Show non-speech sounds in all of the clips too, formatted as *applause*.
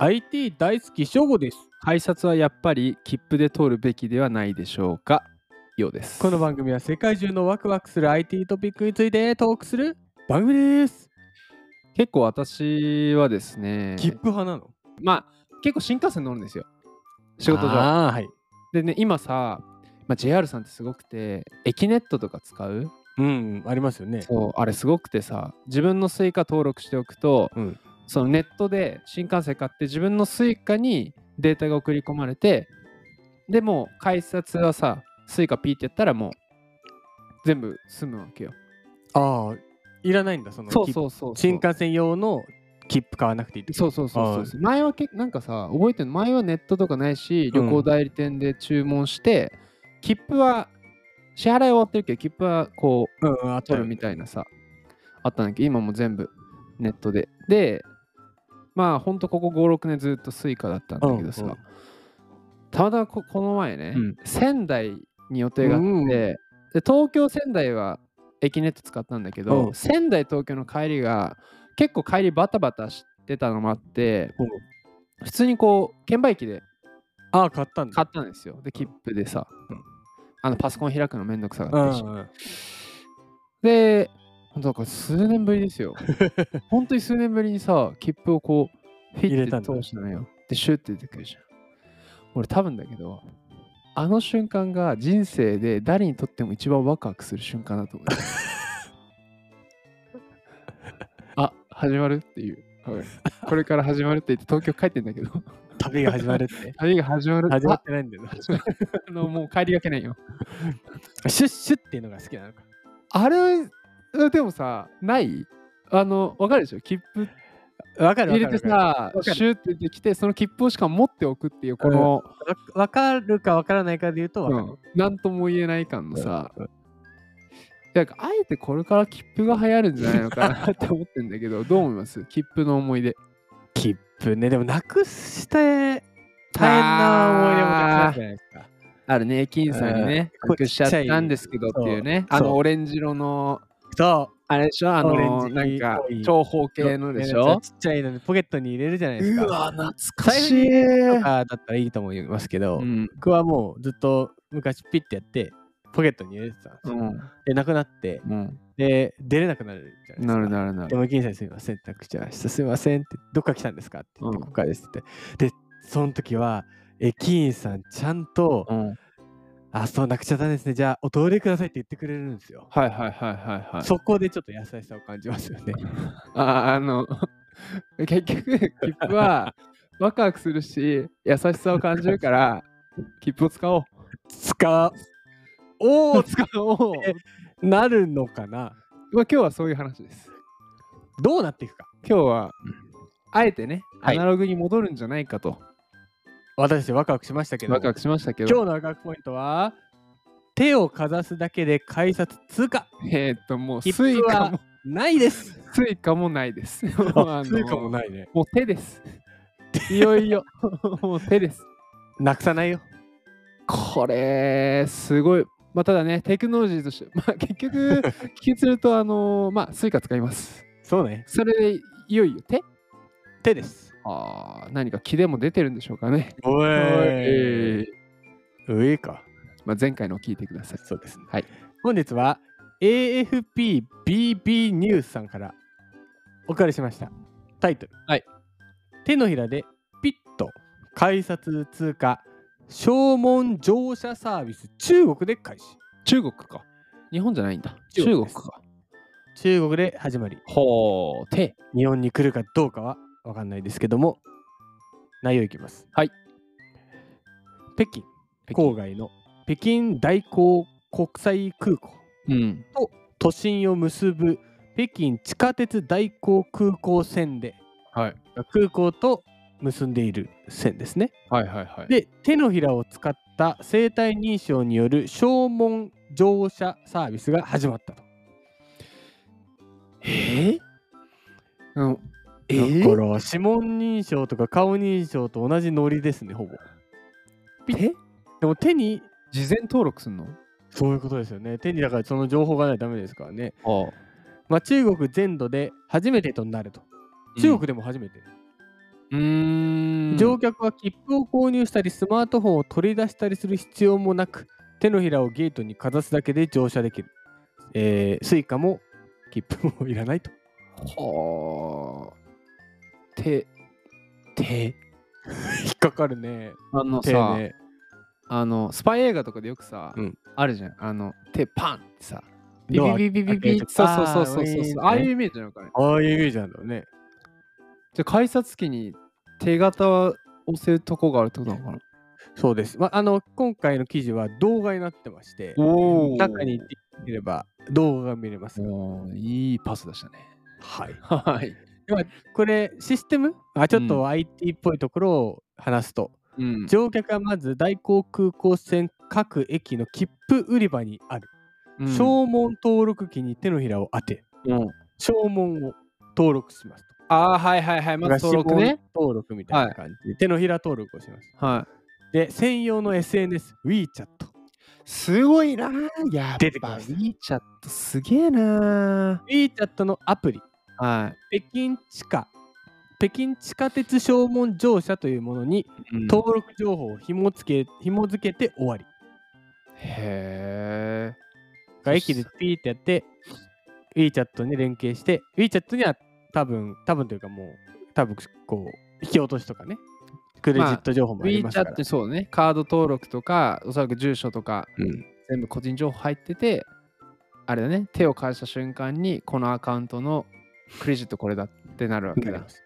IT 大好き翔吾です。改札はやっぱり切符で通るべきではないでしょうかようですこの番組は世界中のワクワクする IT トピックについてトークする番組です。結構私はですね切符派なのまあ結構新幹線乗るんですよ仕事上ああ、はい。でね今さ、まあ、JR さんってすごくてエキネットとか使ううん、ありますよね。そうあれすごくてさ自分のスイカ登録しておくと、うんそのネットで新幹線買って自分のスイカにデータが送り込まれてでもう改札はさスイカピーってやったらもう全部済むわけよああ、いらないんだ、そのそうそうそうそう新幹線用の切符買わなくていいってことそうそうそうそう前はけなんかさ覚えてる前はネットとかないしうん旅行代理店で注文して、切符は支払い終わってるけど切符はこううんうん、あった取よるみたいなさあったんだけど今もう全部ネットででまあほんとここ56年ずっとスイカだったんだけどさ、うんうんたまたまここの前ね、うん仙台に予定があって、うんで東京仙台はエキネット使ったんだけど、うん仙台東京の帰りが結構帰りバタバタしてたのもあってうん普通にこう券売機でああ、買ったんだ。買ったんですよで切符でさ、うんあのパソコン開くのめんどくさうかったし、んうん、で、だから数年ぶりで *laughs* すよ。本当に数年ぶりにさ、切符をこう、フィ入れッたてんだ通したのよ。で、シュッて出てくるじゃん。俺多分だけど、あの瞬間が人生で誰にとっても一番ワクワクする瞬間だ *laughs* と思う。あ、始まるっていう。はいこれから始まるって言って東京帰ってんだけど、旅が始まるっ *laughs* て。旅が始まる。始まっあてないんだよな。あのもう帰りがけないよ。シュッシュッっていうのが好きなのか。あれ、でもさ、ないあの、わかるでしょ切符わかるわか入れるわてかる。さわかるシューって出てきてその切符をしかも持っておくっていうこの、わわかるかわからないかで言うとわうかんなんとも言えない感のる。さ、うんなんかあえてこれから切符が流行るんじゃないのかなって思ってんだけどどう思い *laughs* ます切符の思い出切符ね、でもなくして大変な思い出もたくさんあるじゃないですか。あるね駅員さんにねうんなくしちゃったんですけどっていうねそうあそのうオレンジ色のそあれでしょあオレのンジなんかっぽい長方う。形のでしねょちっちゃいのにポケットに入れるじゃないですか。懐財布に入れるとうかだったらいいと思いますけど、ん、僕はもうずっと昔ピッてやって、ポケットに入れてたんですうよ。んで、なくなって、うん、で、出れなくなるじゃないですか。なるなるなでるも、銀さんすみません、タクチャーすみませんって、どっから来たんですかって言って、うんここからですって。で、その時は、駅員さんちゃんと、うんはいあ、そう、なくちゃったんですね、じゃあ、お通りくださいって言ってくれるんですよ。はいはいはいはいそこでちょっと優しさを感じますよね。ああの *laughs* 結局切符はワクワクするし優しさを感じるから切符を使おう。使おう使おう。なるのかな *laughs* まあ今日はそういう話です。どうなっていくか今日はあえてねはアいナログに戻るんじゃないかと、私ワクワクしましたけどワクワクしましたけ今ど日のワクワクポイントは手をかざすだけで改札通過えーっともう切スイ符カはも *laughs* ないですスイカもな *laughs* いです。もうあのないねもう手です。いよいよ *laughs* もう手です。なくさないよこれすごい。まあ、ただね、テクノロジーとして、 *laughs* まあ、結局、聞きすると、あのまあ、スイカ使います。そうねそれでいよいよ手手ですあー何か気でも出てるんでしょうかね。おえー上かまあ、前回のを聞いてください。そうですねはい本日は AFPBB ニュースさんからお借りしましたタイトル、はい手のひらでピッと改札通過証文乗車サービス中国で開始中国か。日本じゃないんだ。中中国国ですか。中国で始まりほう、手。日本に来るかどうかは分かんないですけども内容いきますはい北京郊外の北京大港国際空港うん。都心を結ぶ北京地下鉄大港空港線ではい。空港と結んでいる線ですね。はいはいはい。で手のひらを使った生体認証による証文乗車サービスが始まったと。えうん、えだかー、ら指紋認証とか顔認証と同じノリですねほぼ。手でも手に事前登録すんのそういうことですよね。手にだからその情報がないとダメですからね。あまあ、中国全土で初めてとなると。中国でも初めて。うーん。乗客は切符を購入したりスマートフォンを取り出したりする必要もなく手のひらをゲートにかざすだけで乗車できる、えー、スイカも切符もいらないとはあ。手、手引っかかるねあの手さ、ねあの、スパイ映画とかでよくさ、うんあるじゃん。あの、手パンってさ、ビドアビビビビビ開けてそうそうそあうそうーウィそうーンってそねう。ああいうイメージなのかね。ああいうイメージなんだよねじゃあ改札機に手形を押せるとこがあるってことなのかなそうです、まあ、あの今回の記事は動画になってましておー中に行ってみれば動画が見れますおーいいパスでしたね。はいはい。これシステムあちょっうと IT っぽいところを話すと、うん、乗客はまず大航空港線各駅の切符売り場にある、うん証文登録機に手のひらを当てうん証文を登録しますとああ、はいはいはい。まず登録指ね紋。登録みたいな感じで、手のひら登録をしますはで専用の SNSWeChat い。すごいなー。やっ出てきぱました WeChat すげえな WeChat のアプリー。は北京地下北京地下鉄証文乗車というものにい。うん登録情報を紐付け紐付けて終わりへえ。が駅でピーってやって WeChat に連携して WeChat には多分多分というかもう多分こう引き落としとかねクレジット情報もありますから、 WeChat ってそうね、カード登録とか、おそらく住所とか、うん全部個人情報入ってて、あれだね、手を返した瞬間に、このアカウントのクレジットこれだってなるわけなりだま。す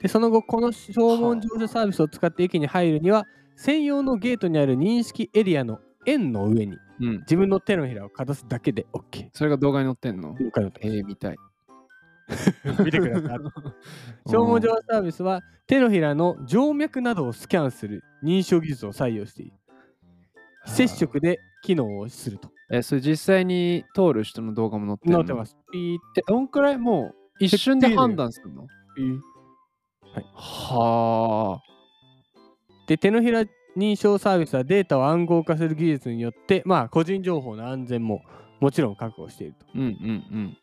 でその後この証文乗車サービスを使って駅に入るには専用のゲートにある認識エリアの円の上にうん。自分の手のひらをかざすだけで OK それが動画に載ってんの了解だとえー、見たい。。*laughs* 見てください消防上サービスは手のひらの静脈などをスキャンする認証技術を採用している。非接触で機能をすると。えーそれ実際に通る人の動画も載ってるのなってます。ピーっえ、どんくらいもう一瞬で判断するのはで、手のひら認証サービスはデータを暗号化する技術によって、まあ、個人情報の安全ももちろん確保していると。あ。うんうん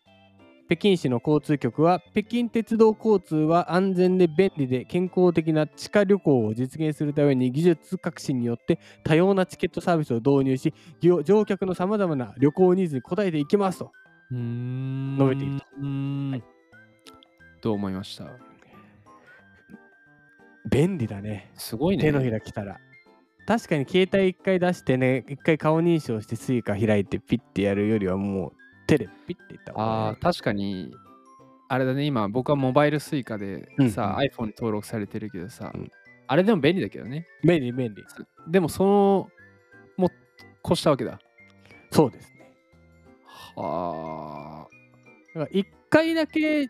北京市の交通局は、北京鉄道交通は安全で便利で健康的な地下旅行を実現するために技術革新によって多様なチケットサービスを導入し、ぎょ乗客のさまざまな旅行ニーズに応えていきますと。うん。述べていると。うんはいどう思いました便利だね。すごいね。手のひら来たら。確かに携帯一回出してね、一回顔認証してスイカ開いてピッてやるよりはもう手でピッていったああ、方が確かに、あれだね、今僕はモバイルスイカでさ、うん iPhone に登録されてるけどさ、うんあれでも便利だけどね。便利便利。でもその、もう越したわけだ。そうですね。はあ。だから一回だけ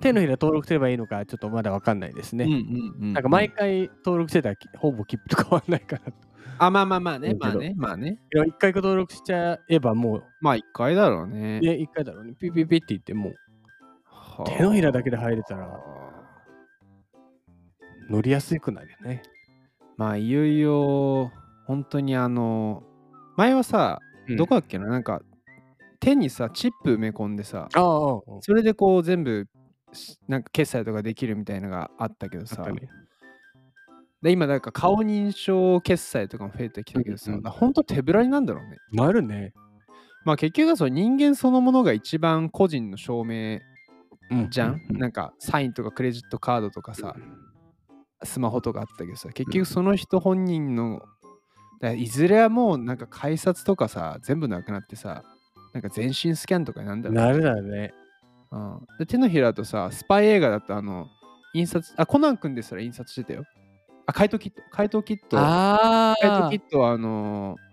手のひら登録すればいいのかちょっとまだわかんないですね。うんうんうん。なんか毎回登録してたらきほぼ切符と変わんないからと。あ、まあまあまあねだ、けどまあね、まあね。いや一回登録しちゃえばもまあ一回だろうう、ね。ね、一回だろうね。ピッピッピッって言ってもうはあ手のひらだけで入れたら乗りやすくなるよね。まあいよいよ本当にあの前はさうんどこだっけな、なんか手にさチップ埋め込んでさああああ、あそれでこう全部しなんか決済とかできるみたいなのがあったけどああさったね。で今なんか顔認証決済とかも増えてきたけどさ、うんうん本当手ぶらになんだろうねなるね。まあ結局はその人間そのものが一番個人の証明うんじゃん、うなんかサインとかクレジットカードとかさ、スマホとかあったけどさ結局その人本人の、だからいずれはもうなんか改札とかさ全部なくなってさなんか全身スキャンとかになんだろうねなるだろうね。うん、で手のひらだとさスパイ映画だとあの印刷あコナン君ですら印刷してたよあ怪盗キット怪盗キット怪あ盗キットはあのー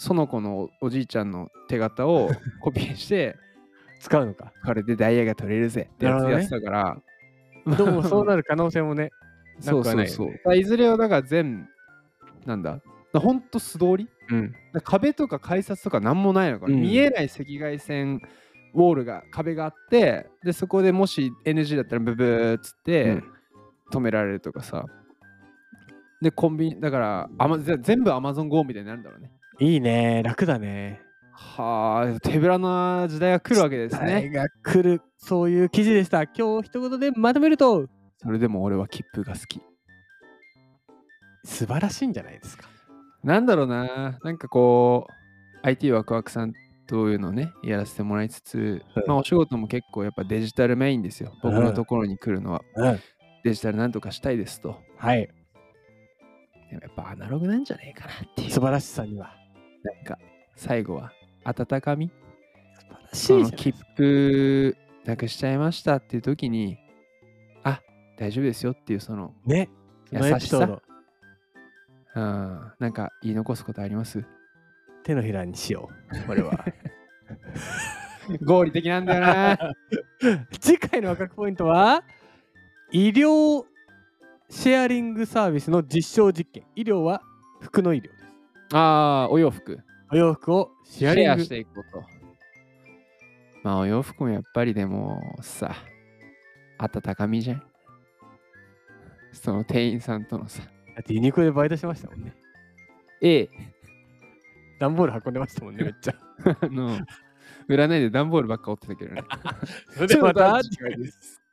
その子のおじいちゃんの手形をコピーして使うのか。これでダイヤが取れるぜってやなるほつどねやってたから、どうもそうなる可能性も *laughs* ね。なそうくそはうないよねそう。だからいずれはだから全、なんだ、だからほんと素通りだかうん。ら壁とか改札とかなんもないのかな、うん見えない赤外線ウォールが、壁があって、で、そこでもし NG だったらブブーっつって止められるとかさ。で、コンビニ、だから、アマぜ全部 AmazonGo みたいになるんだろうね。いいね。楽だね。はあ、手ぶらな時代が来るわけですね。が来る、そういう記事でした。今日一言でまとめると、それでも俺は切符が好き。素晴らしいんじゃないですか。なんだろうな、なんかこう、IT ワクワクさんというのをね、やらせてもらいつつ、はいまあお仕事も結構やっぱデジタルメインですよ。僕うのんところに来るのは、デジタルなんとかしたいですと。はい。でもやっぱアナログなんじゃねえかなっていう。素晴らしさには。なんか、最後は、温かみ素そ晴らしのいじ切符なくしちゃいましたっていう時に、あ、大丈夫ですよっていうそのゃん。ね。優そのエピしソーさ。ドうん、なんか言い残すことあ *laughs* ります手のひらにしよう。これは。合理的なんだよな。 *laughs* 次回のワクワクポイントは医療シェアリングサービスの実証実験。医療は服の医療です。 *laughs* ああー、お洋服。お洋服をシシェアリェンアグしていくこと。まあ、お洋服もやっぱりでもさ、温かみじゃん。その店員さんとのさ。だってユニクロでバイトしてましたもんね。ええ、段ボール運んでましたもんね、めっちゃ。 *laughs* あの、占いで段ボールばっか折ってたけどね。 *laughs* それではまた次回です。